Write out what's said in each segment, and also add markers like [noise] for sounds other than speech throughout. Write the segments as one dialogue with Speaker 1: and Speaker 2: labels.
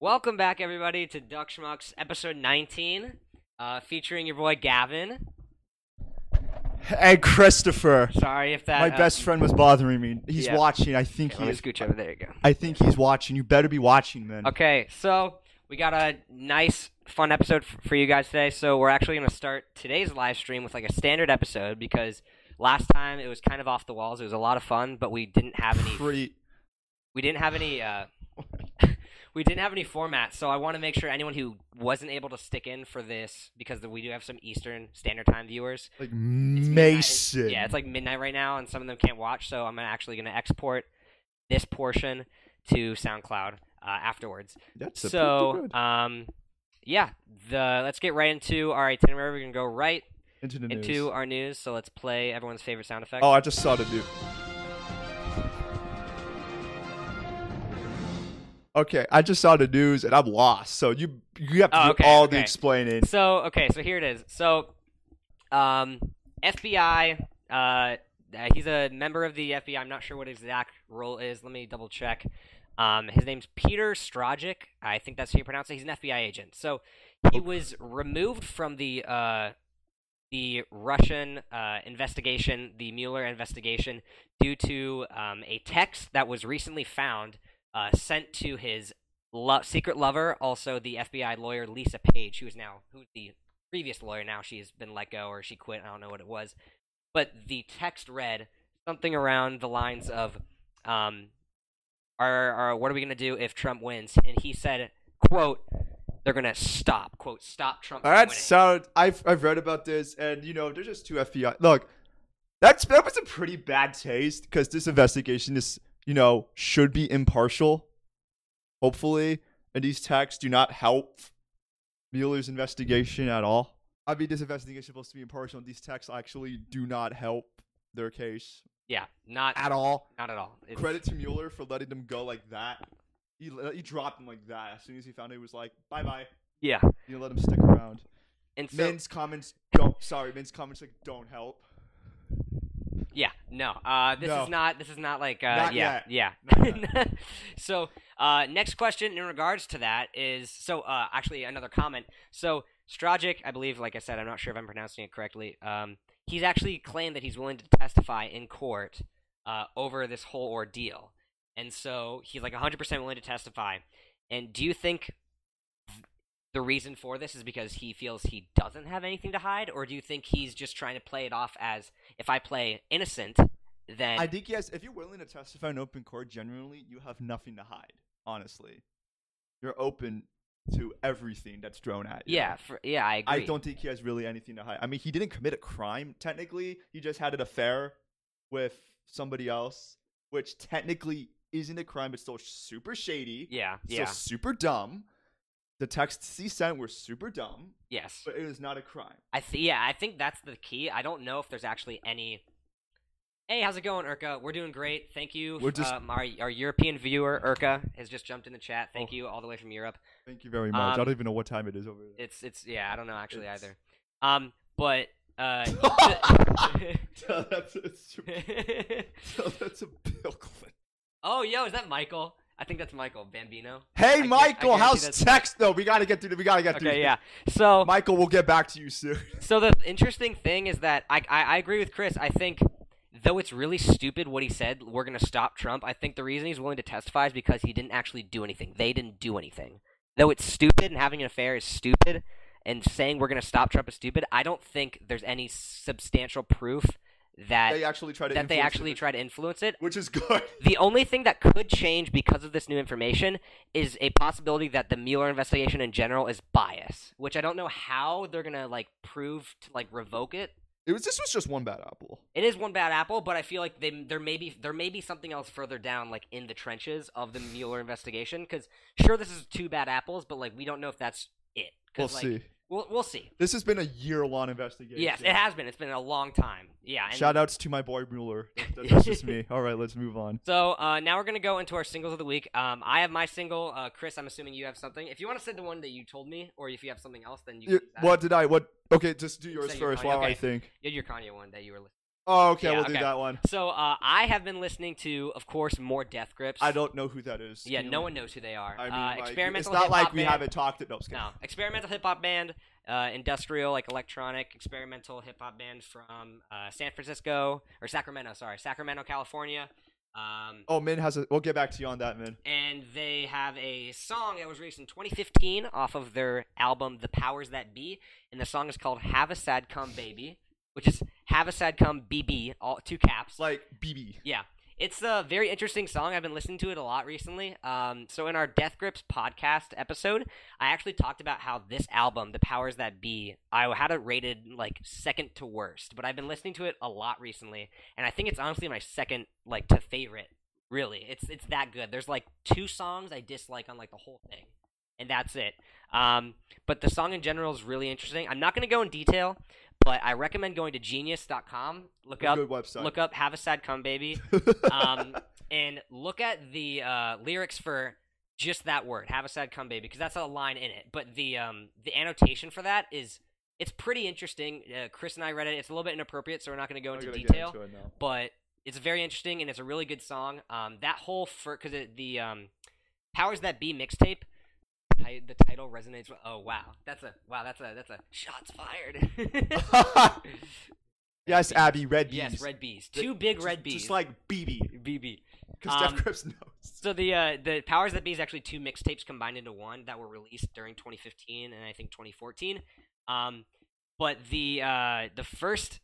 Speaker 1: Welcome back, everybody, to Duck Schmucks episode 19, uh, featuring your boy Gavin.
Speaker 2: And Christopher,
Speaker 1: Sorry if that.
Speaker 2: my
Speaker 1: uh,
Speaker 2: best friend, was bothering me. He's
Speaker 1: Yeah.
Speaker 2: watching. I think
Speaker 1: Let me
Speaker 2: he's.
Speaker 1: scooch over. There you go.
Speaker 2: I think he's watching. You better be watching, man.
Speaker 1: Okay, so we got a nice, fun episode f- for you guys today. So we're actually going to start today's live stream with like a standard episode because last time it was kind of off the walls. It was a lot of fun, but we didn't have any.
Speaker 2: Pretty-
Speaker 1: we didn't have any uh, [laughs] we didn't have any format so i want to make sure anyone who wasn't able to stick in for this because we do have some eastern standard time viewers
Speaker 2: like
Speaker 1: it's midnight-
Speaker 2: Mason.
Speaker 1: yeah it's like midnight right now and some of them can't watch so i'm actually going to export this portion to soundcloud uh, afterwards
Speaker 2: That's a pretty
Speaker 1: so
Speaker 2: good.
Speaker 1: um yeah the let's get right into our itinerary we're going to go right
Speaker 2: into the news.
Speaker 1: into our news so let's play everyone's favorite sound effect
Speaker 2: oh, I just saw the news. Okay, I just saw the news and I'm lost. So you you have to
Speaker 1: Oh,
Speaker 2: do
Speaker 1: okay,
Speaker 2: all the
Speaker 1: okay.
Speaker 2: explaining.
Speaker 1: So okay, so here it is. So, um, FBI. Uh, uh, he's a member of the FBI. I'm not sure what his exact role is. Let me double check. Um, his name's Peter Strojic. I think that's how you pronounce it. He's an FBI agent. So he was removed from the uh, the Russian uh, investigation, the Mueller investigation, due to um, a text that was recently found uh, sent to his lo- secret lover, also the FBI lawyer Lisa Page, who is now who's the previous lawyer. Now she's been let go or she quit. I don't know what it was, but the text read something around the lines of, um, "Are are what are we gonna do if Trump wins?" And he said, "quote They're gonna stop quote stop Trump."
Speaker 2: All
Speaker 1: from
Speaker 2: right,
Speaker 1: winning."
Speaker 2: so I've I've read about this, and you know, there's just two FBI. Look, that's that was a pretty bad taste because this investigation is you know should be impartial, hopefully, and these texts do not help Mueller's investigation at all. I mean, this investigation is supposed to be impartial, and these texts actually do not help their case
Speaker 1: yeah, not
Speaker 2: at all.
Speaker 1: not at all. It's-
Speaker 2: Credit to Mueller for letting them go like that. He he dropped them like that as soon as he found out he was like, bye bye.
Speaker 1: yeah,
Speaker 2: You let him stick around.
Speaker 1: and so
Speaker 2: Min's comments don't. Sorry, Min's comments like don't help.
Speaker 1: Yeah, no. Uh, this
Speaker 2: No.
Speaker 1: is not. This is not like. Uh,
Speaker 2: Not
Speaker 1: yeah, yeah.
Speaker 2: Not
Speaker 1: [laughs] so, uh, next question in regards to that is so. Uh, actually, another comment. So Strajic, I believe, like I said, I'm not sure if I'm pronouncing it correctly. Um, he's actually claimed that he's willing to testify in court uh, over this whole ordeal, and so he's like 100% willing to testify. And do you think the reason for this is because he feels he doesn't have anything to hide, or do you think he's just trying to play it off as if I play innocent, then
Speaker 2: I think yes. If you're willing to testify in open court, generally you have nothing to hide. Honestly, you're open to everything that's thrown at you.
Speaker 1: yeah, for, yeah, I agree.
Speaker 2: I don't think he has really anything to hide. I mean, he didn't commit a crime technically. He just had an affair with somebody else, which technically isn't a crime. It's still super shady.
Speaker 1: Yeah,
Speaker 2: Still
Speaker 1: yeah,
Speaker 2: super dumb. The texts he sent were super dumb,
Speaker 1: yes.
Speaker 2: but it is not a crime.
Speaker 1: I th- yeah, I think that's the key. I don't know if there's actually any. Hey, how's it going, Urka? We're doing great. Thank you.
Speaker 2: We're just-
Speaker 1: um, our, our European viewer, Urka, has just jumped in the chat. Thank
Speaker 2: Oh.
Speaker 1: you, all the way from Europe.
Speaker 2: Thank you very much.
Speaker 1: Um,
Speaker 2: I don't even know what time it is over there.
Speaker 1: It's it's yeah, I don't know actually
Speaker 2: It's-
Speaker 1: either. Um, but uh, [laughs]
Speaker 2: Tell that to- tell that to Bill Clinton.
Speaker 1: oh yo, is that Michael? I think that's Michael Bambino.
Speaker 2: Hey,
Speaker 1: I gu- I
Speaker 2: Michael,
Speaker 1: guarantee
Speaker 2: how's
Speaker 1: that's-
Speaker 2: text though? We gotta get through. We gotta get through.
Speaker 1: Okay, yeah. So
Speaker 2: Michael, we'll get back to you soon.
Speaker 1: So the interesting thing is that I, I I agree with Chris. I think though it's really stupid what he said, we're gonna stop Trump. I think the reason he's willing to testify is because he didn't actually do anything. They didn't do anything. Though it's stupid and having an affair is stupid, and saying we're gonna stop Trump is stupid. I don't think there's any substantial proof that
Speaker 2: They actually try to.
Speaker 1: that they
Speaker 2: influence
Speaker 1: actually
Speaker 2: it,
Speaker 1: try to influence it.
Speaker 2: Which is good.
Speaker 1: The only thing that could change because of this new information is a possibility that the Mueller investigation in general is biased, which I don't know how they're gonna like prove to like revoke it.
Speaker 2: It was. This was just one bad apple.
Speaker 1: It is one bad apple, but I feel like they, there may be there may be something else further down, like in the trenches of the Mueller investigation. Because sure, this is two bad apples, but like we don't know if that's it.
Speaker 2: We'll
Speaker 1: 'Cause, like,
Speaker 2: see.
Speaker 1: We'll we'll see.
Speaker 2: This has been a year-long investigation.
Speaker 1: Yes, it has been. It's been a long time. Yeah. And
Speaker 2: Shout outs to my boy
Speaker 1: [laughs]
Speaker 2: Mueller. That- that- that's just me. All right, let's move on.
Speaker 1: So uh, now we're gonna go into our singles of the week. Um, I have my single. Uh, Chris, I'm assuming you have something. If you want to say the one that you told me, or if you have something else, then you.
Speaker 2: You-
Speaker 1: can use that.
Speaker 2: what did I? What? Okay, just do yours
Speaker 1: Say your
Speaker 2: first.
Speaker 1: mind,
Speaker 2: While I
Speaker 1: okay.
Speaker 2: think.
Speaker 1: You had your Kanye one that you were listening.
Speaker 2: Oh, okay,
Speaker 1: Yeah,
Speaker 2: we'll do
Speaker 1: okay.
Speaker 2: that one.
Speaker 1: So uh, I have been listening to, of course, more Death Grips.
Speaker 2: I don't know who that is.
Speaker 1: Yeah,
Speaker 2: Can you-
Speaker 1: no one knows who they are.
Speaker 2: I mean,
Speaker 1: uh,
Speaker 2: like,
Speaker 1: experimental.
Speaker 2: It's not
Speaker 1: hip-hop
Speaker 2: like we
Speaker 1: band.
Speaker 2: haven't talked it. No, I'm just kidding.
Speaker 1: No, experimental hip hop band, uh, industrial, like electronic, experimental hip hop band from uh, San Francisco or Sacramento. Sorry, Sacramento, California. Um,
Speaker 2: Oh, Min has a. We'll get back to you on that, Min.
Speaker 1: and they have a song that was released in 2015 off of their album The Powers That Be, and the song is called "Have a Sad Come Baby," which is "Have a Sad Come BB," all two caps.
Speaker 2: It's like BB.
Speaker 1: Yeah. It's a very interesting song. I've been listening to it a lot recently. Um, so in our Death Grips podcast episode, I actually talked about how this album, The Powers That Be, I had it rated like second to worst, but I've been listening to it a lot recently, and I think it's honestly my second like to favorite. Really, it's it's that good. There's like two songs I dislike on like the whole thing, and that's it. Um, but the song in general is really interesting. I'm not gonna go in detail, but I recommend going to genius.com. Look
Speaker 2: A
Speaker 1: up
Speaker 2: good website.
Speaker 1: look up have a sad come
Speaker 2: [laughs]
Speaker 1: baby um, and look at the uh, lyrics for just that word have a sad come baby because that's a line in it but the um, the annotation for that is it's pretty interesting uh, chris and i read it it's a little bit inappropriate so we're not going to go
Speaker 2: I'm
Speaker 1: into
Speaker 2: gonna get
Speaker 1: detail
Speaker 2: into it now.
Speaker 1: but it's very interesting and it's a really good song um, that whole for because the um, powers that be mixtape ti- the title resonates with oh wow that's a wow that's a that's a shots fired [laughs]
Speaker 2: [laughs] yes, Abby, red bees.
Speaker 1: yes red bees
Speaker 2: The-
Speaker 1: two big
Speaker 2: Just-
Speaker 1: red bees
Speaker 2: Just like BB,
Speaker 1: BB.
Speaker 2: because
Speaker 1: Um,
Speaker 2: Death Grips knows.
Speaker 1: So the uh, the powers that be is actually two mixtapes combined into one that were released during 2015 and I think 2014. Um, but the uh, the first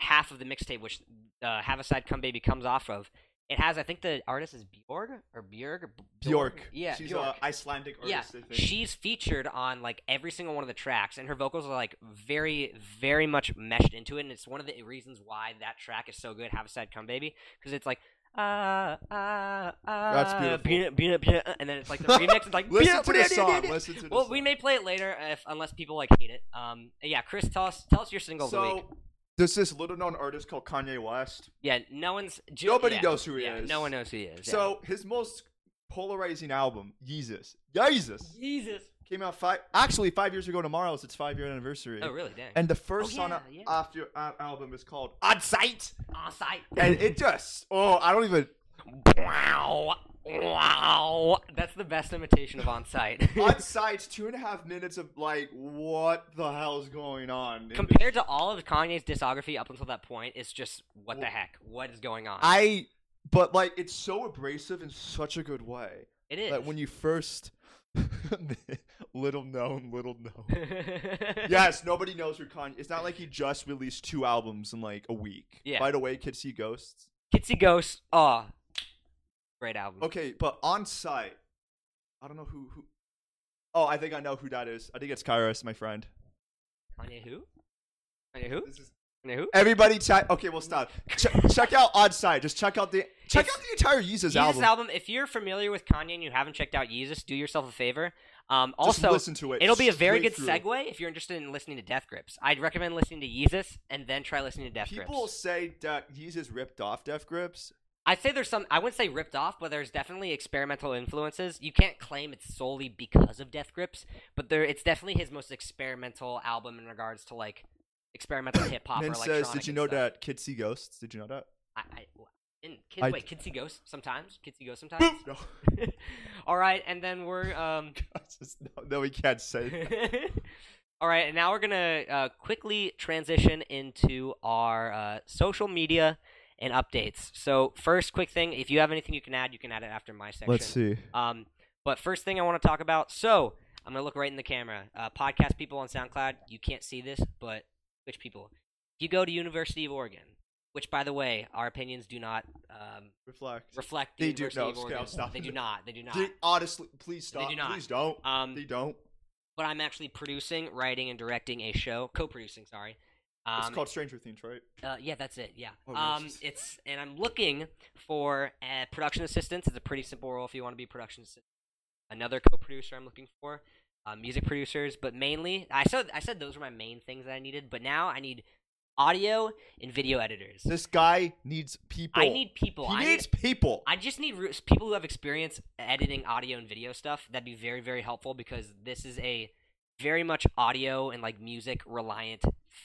Speaker 1: half of the mixtape, which uh, Have a Side Come Baby comes off of, it has I think the artist is Bjorg or Bjorg or B-
Speaker 2: Bjork.
Speaker 1: Yeah,
Speaker 2: She's uh,
Speaker 1: Bjork.
Speaker 2: an Icelandic
Speaker 1: Yeah,
Speaker 2: artist, I think.
Speaker 1: she's featured on like every single one of the tracks, and her vocals are like very, very much meshed into it. And it's one of the reasons why that track is so good. Have a sad come, baby, because it's like ah ah ah.
Speaker 2: beautiful.
Speaker 1: Peanut, peanut, peanut, uh," and then it's like the remix is like.
Speaker 2: [laughs] Listen
Speaker 1: peanut,
Speaker 2: to the
Speaker 1: peanut,
Speaker 2: song.
Speaker 1: peanut, peanut.
Speaker 2: Listen to the
Speaker 1: Well,
Speaker 2: song.
Speaker 1: we may play it later if, unless people like hate it. Um, yeah, Chris, tell us tell us your single of the week.
Speaker 2: so, there's this little known artist called Kanye West.
Speaker 1: Yeah, no one's Ju-
Speaker 2: Nobody
Speaker 1: yeah,
Speaker 2: knows who he
Speaker 1: yeah,
Speaker 2: is.
Speaker 1: No one knows who he is. yeah.
Speaker 2: So, his most polarizing album, Yeezus. Yeezus!
Speaker 1: Jesus.
Speaker 2: Came out five, actually five years ago tomorrow. It's its five year anniversary.
Speaker 1: Oh really? Dang.
Speaker 2: And the first
Speaker 1: Oh,
Speaker 2: song
Speaker 1: yeah,
Speaker 2: o-
Speaker 1: yeah.
Speaker 2: off your uh, album is called On Sight.
Speaker 1: on site.
Speaker 2: And it just, oh, I don't even.
Speaker 1: Wow. Wow. That's the best imitation of on
Speaker 2: [laughs]
Speaker 1: site.
Speaker 2: On Sight's two and a half minutes of like, what the hell is going on? in
Speaker 1: [laughs]
Speaker 2: this-
Speaker 1: Compared to all of Kanye's discography up until that point, it's just what the heck? What is going on?
Speaker 2: I, but like, it's so abrasive in such a good way.
Speaker 1: it is.
Speaker 2: Like
Speaker 1: [laughs]
Speaker 2: when you first, [laughs] little known, little known.
Speaker 1: yeah.
Speaker 2: yes, nobody knows who Kanye. It's not like he just released two albums in like a week.
Speaker 1: Yeah.
Speaker 2: By the way, Kids See Ghosts.
Speaker 1: Kitsy Ghost. Oh. Great album.
Speaker 2: Okay, but on site, I don't know who who. Oh, I think I know who that is. I think it's Kairos, my friend.
Speaker 1: Kanye who? Kanye who?
Speaker 2: This is
Speaker 1: Kanye who?
Speaker 2: everybody. T- okay, we'll stop. Ch- check out on site. Just check out the check
Speaker 1: It's-
Speaker 2: out the entire Yeezus
Speaker 1: Yeezus
Speaker 2: album.
Speaker 1: album. If you're familiar with Kanye and you haven't checked out Yeezus, do yourself a favor. Um,
Speaker 2: Just
Speaker 1: also,
Speaker 2: listen to it.
Speaker 1: It'll be a very good
Speaker 2: straight through.
Speaker 1: segue if you're interested in listening to Death Grips. I'd recommend listening to Yeezus and then try listening to Death
Speaker 2: People
Speaker 1: Grips.
Speaker 2: say that Yeezus ripped off Def Grips.
Speaker 1: I'd say there's some. I wouldn't say ripped off, but there's definitely experimental influences. You can't claim it's solely because of Death Grips, but there, it's definitely his most experimental album in regards to like experimental hip hop or
Speaker 2: Min
Speaker 1: electronic.
Speaker 2: says, "Did you
Speaker 1: and
Speaker 2: know
Speaker 1: stuff."
Speaker 2: that kids see ghosts? Did you know that?" [laughs]
Speaker 1: I, I, didn't- kid,
Speaker 2: I-
Speaker 1: wait, kids see ghosts sometimes. Kids see ghosts sometimes.
Speaker 2: Boop. No,
Speaker 1: [laughs] All right, and then we're um. [laughs]
Speaker 2: that's just- no, no, we can't say. that.
Speaker 1: All right, and now we're gonna uh, quickly transition into our uh, social media and updates. So first, quick thing: if you have anything you can add, you can add it after my section.
Speaker 2: Let's see.
Speaker 1: Um, but first thing I want to talk about. So I'm gonna look right in the camera. Uh, podcast people on SoundCloud, you can't see this, but which people? You go to University of Oregon, which, by the way, our opinions do not um,
Speaker 2: Reflect.
Speaker 1: reflect the
Speaker 2: They do-
Speaker 1: University
Speaker 2: no,
Speaker 1: of
Speaker 2: scale,
Speaker 1: Oregon.
Speaker 2: stop.
Speaker 1: They do not.
Speaker 2: [laughs]
Speaker 1: They do not.
Speaker 2: Dude, honestly, please
Speaker 1: They
Speaker 2: stop.
Speaker 1: do not.
Speaker 2: Please don't.
Speaker 1: um,
Speaker 2: they don't.
Speaker 1: but I'm actually producing, writing, and directing a show, co-producing. Sorry. Um,
Speaker 2: it's called Stranger Things, right?
Speaker 1: Uh, yeah, that's it. Yeah.
Speaker 2: Oh,
Speaker 1: um,
Speaker 2: yes.
Speaker 1: it's and I'm looking for uh, production assistance. It's a pretty simple role if you want to be production assistant. Another co-producer I'm looking for, uh, music producers, but mainly I said I said those were my main things that I needed. But now I need audio and video editors.
Speaker 2: This guy needs people.
Speaker 1: I need people.
Speaker 2: He
Speaker 1: I need-
Speaker 2: needs people.
Speaker 1: I just need re- people who have experience editing audio and video stuff. That'd be very, very helpful because this is a very much audio and like music reliant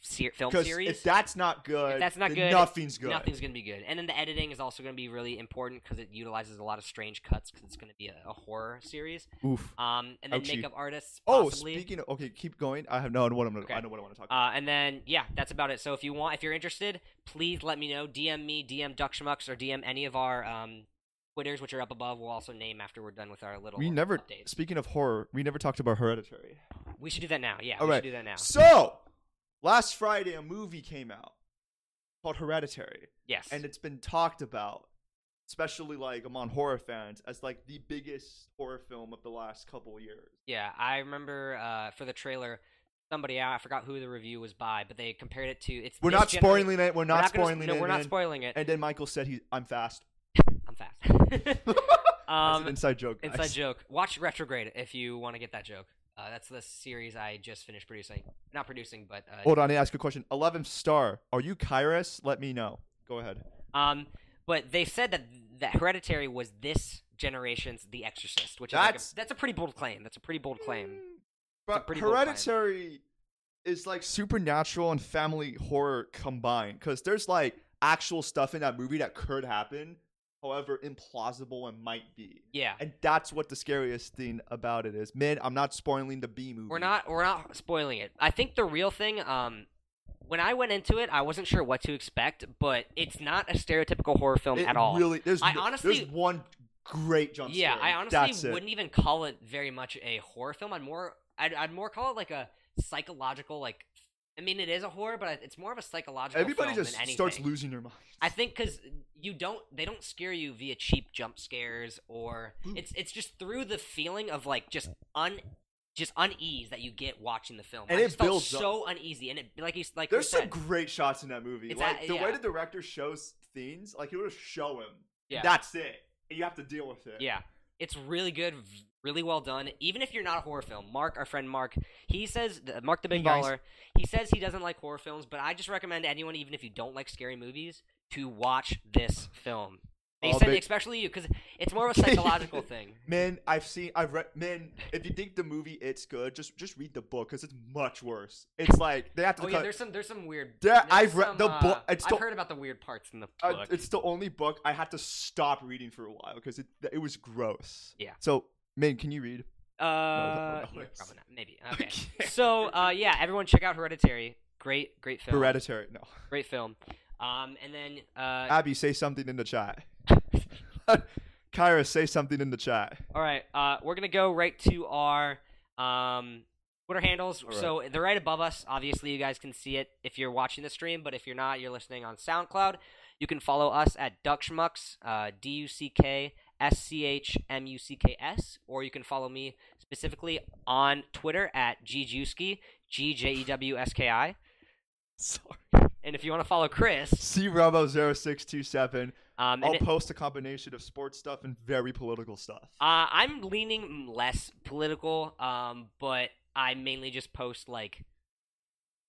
Speaker 1: ser- film
Speaker 2: Because
Speaker 1: series.
Speaker 2: if that's not good,
Speaker 1: If that's not
Speaker 2: then
Speaker 1: good,
Speaker 2: nothing's good.
Speaker 1: Nothing's going to be good. And then the editing is also going to be really important because it utilizes a lot of strange cuts because it's going to be a, a horror series.
Speaker 2: Oof.
Speaker 1: Um, and then
Speaker 2: Ouchie.
Speaker 1: makeup artists.
Speaker 2: Oh,
Speaker 1: Possibly.
Speaker 2: speaking of okay, keep going. I have no idea what I'm gonna.
Speaker 1: Okay.
Speaker 2: I know what I want to talk. about.
Speaker 1: Uh, and then yeah, that's about it. So if you want, if you're interested, please let me know. DM me, DM Duckschmucks, or DM any of our um, Twitters, which are up above. We'll also name after we're done with our little.
Speaker 2: we never.
Speaker 1: Updates.
Speaker 2: Speaking of horror, we never talked about Hereditary.
Speaker 1: We should do that now. Yeah,
Speaker 2: All
Speaker 1: we
Speaker 2: right.
Speaker 1: should do that now.
Speaker 2: So last Friday, a movie came out called Hereditary,
Speaker 1: Yes.
Speaker 2: and it's been talked about, especially like among horror fans, as like the biggest horror film of the last couple years.
Speaker 1: yeah, I remember uh, for the trailer, somebody I forgot who the review was by, but they compared it to it's.
Speaker 2: We're
Speaker 1: this
Speaker 2: not
Speaker 1: gener-
Speaker 2: spoiling it. We're
Speaker 1: we're
Speaker 2: not
Speaker 1: gonna-
Speaker 2: spoiling it.
Speaker 1: No, we're not
Speaker 2: and-
Speaker 1: spoiling it.
Speaker 2: And then Michael said he, "I'm fast."
Speaker 1: I'm fast.
Speaker 2: That's an
Speaker 1: um,
Speaker 2: inside joke. guys.
Speaker 1: inside joke. Watch Retrograde if you want to get that joke. Uh, that's the series I just finished producing. Not producing, but uh,
Speaker 2: Hold on, I need to ask a question. 11 star. Are you Kairos? Let me know. Go ahead.
Speaker 1: Um, but they said that that Hereditary was this generation's The Exorcist, which
Speaker 2: That's-
Speaker 1: is like a, that's a pretty bold claim. That's a pretty bold claim.
Speaker 2: Mm, But
Speaker 1: pretty bold claim.
Speaker 2: Hereditary is like supernatural and family horror combined because there's like actual stuff in that movie that could happen, however implausible it might be.
Speaker 1: Yeah,
Speaker 2: And that's what the scariest thing about it is. Man, I'm not spoiling the B movie.
Speaker 1: we're not we're not spoiling it. I think the real thing. Um, when I went into it, I wasn't sure what to expect, but it's not a stereotypical horror film
Speaker 2: It
Speaker 1: at all.
Speaker 2: Really, there's,
Speaker 1: I
Speaker 2: no-
Speaker 1: honestly-
Speaker 2: there's one great jump
Speaker 1: yeah,
Speaker 2: scare.
Speaker 1: I
Speaker 2: That's
Speaker 1: honestly
Speaker 2: it.
Speaker 1: wouldn't even call it very much a horror film. I'd more I'd, I'd more call it like a psychological like. I mean, it is a horror, but it's more of a psychological.
Speaker 2: Everybody
Speaker 1: film than
Speaker 2: just
Speaker 1: anything.
Speaker 2: starts losing their mind.
Speaker 1: I think because you don't, they don't scare you via cheap jump scares or it's it's just through the feeling of like just un, just unease that you get watching the film.
Speaker 2: And
Speaker 1: I
Speaker 2: it
Speaker 1: just felt
Speaker 2: builds up.
Speaker 1: so uneasy, and it like you s- like you
Speaker 2: There's some
Speaker 1: said,
Speaker 2: great shots in that movie.
Speaker 1: It's
Speaker 2: like
Speaker 1: a-
Speaker 2: the way
Speaker 1: yeah.
Speaker 2: the director shows things, like he'll just show him.
Speaker 1: Yeah.
Speaker 2: That's it. And you have to deal with it.
Speaker 1: yeah, it's really good, v- really well done. Even if you're not a horror film, Mark, our friend Mark, he says th- uh, Mark the big
Speaker 2: Hey, guys.
Speaker 1: baller, he says he doesn't like horror films, but I just recommend anyone, even if you don't like scary movies, to watch this film. He
Speaker 2: All
Speaker 1: said
Speaker 2: big-
Speaker 1: especially you because it's more of a
Speaker 2: [laughs]
Speaker 1: psychological thing.
Speaker 2: Man, I've seen, I've read, man, if you think the movie it's good, just just read the book because it's much worse. It's like, they have to
Speaker 1: Oh yeah,
Speaker 2: cut.
Speaker 1: there's some there's some weird.
Speaker 2: There-
Speaker 1: there's
Speaker 2: I've read
Speaker 1: some,
Speaker 2: the
Speaker 1: uh,
Speaker 2: book- it's
Speaker 1: I've
Speaker 2: the-
Speaker 1: heard about the weird parts in the book.
Speaker 2: uh, it's the only book I had to stop reading for a while because it, it was gross.
Speaker 1: Yeah.
Speaker 2: So, man, can you read? [laughs]
Speaker 1: uh,
Speaker 2: no, no,
Speaker 1: no,
Speaker 2: it's-
Speaker 1: probably not.
Speaker 2: [laughs]
Speaker 1: Maybe. Okay. [laughs] so uh, yeah, everyone check out Hereditary. Great, great film.
Speaker 2: Hereditary. No.
Speaker 1: Great film. Um, and then uh,
Speaker 2: Abby, say something in the chat. [laughs] Kyra, say something in the chat.
Speaker 1: all right, uh, we're gonna go right to our um. Twitter handles.
Speaker 2: All right.
Speaker 1: So they're right above us. Obviously, you guys can see it if you're watching the stream, but if you're not, you're listening on SoundCloud. You can follow us at Duckschmucks, uh, D U C K S C H M U C K S, or you can follow me specifically on Twitter at Gjewski, G J E W S K I.
Speaker 2: Sorry.
Speaker 1: And if you want to follow Chris,
Speaker 2: C Robo 0627.
Speaker 1: um, and
Speaker 2: I'll
Speaker 1: it-
Speaker 2: post a combination of sports stuff and very political stuff.
Speaker 1: Uh, I'm leaning less political, um, but I mainly just post like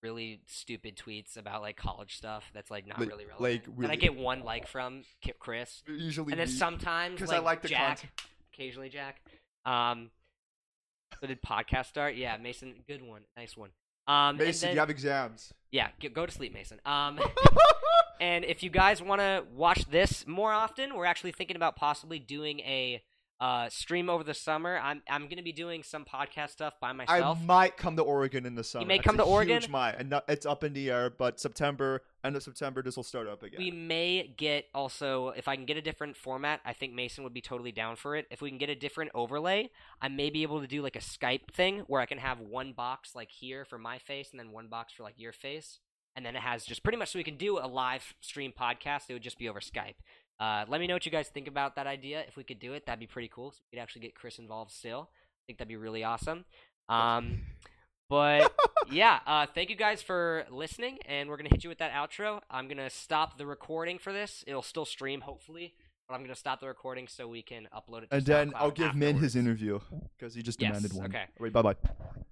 Speaker 1: really stupid tweets about like college stuff that's like not
Speaker 2: Like-
Speaker 1: really relevant.
Speaker 2: like,
Speaker 1: That I
Speaker 2: really-
Speaker 1: get one like from Ki- Chris,
Speaker 2: Usually,
Speaker 1: and then
Speaker 2: we-
Speaker 1: sometimes
Speaker 2: 'cause
Speaker 1: like,
Speaker 2: I like the
Speaker 1: Jack,
Speaker 2: content.
Speaker 1: occasionally Jack. Um, so did podcast start? Yeah, Mason, good one, nice one. Um, and
Speaker 2: Mason,
Speaker 1: then-
Speaker 2: you
Speaker 1: [laughs]
Speaker 2: have exams.
Speaker 1: yeah, g- go to sleep, Mason. Um, and if you guys want to watch this more often, we're actually thinking about possibly doing a uh, stream over the summer. I'm I'm gonna be doing some podcast stuff by myself.
Speaker 2: I might come to Oregon in the summer.
Speaker 1: may
Speaker 2: That's
Speaker 1: come
Speaker 2: a
Speaker 1: to Oregon?
Speaker 2: Huge might, and not- it's up in the air. But September, end of September, this will start up again.
Speaker 1: We may get also if I can get a different format. I think Mason would be totally down for it. If we can get a different overlay, I may be able to do like a Skype thing where I can have one box like here for my face and then one box for like your face, and then it has just pretty much so we can do a live stream podcast. It would just be over Skype. Uh, let me know what you guys think about that idea. If we could do it, that'd be pretty cool. So we could actually get Chris involved still. I think that'd be really awesome. Um,
Speaker 2: [laughs]
Speaker 1: but yeah, uh, thank you guys for listening, and we're gonna hit you with that outro. I'm gonna stop the recording for this. It'll still stream, hopefully, but I'm gonna stop the recording so we can upload it. To
Speaker 2: and then I'll
Speaker 1: SoundCloud
Speaker 2: give Min his
Speaker 1: afterwards.
Speaker 2: interview because he just
Speaker 1: Yes,
Speaker 2: demanded one.
Speaker 1: okay.
Speaker 2: All right, bye bye.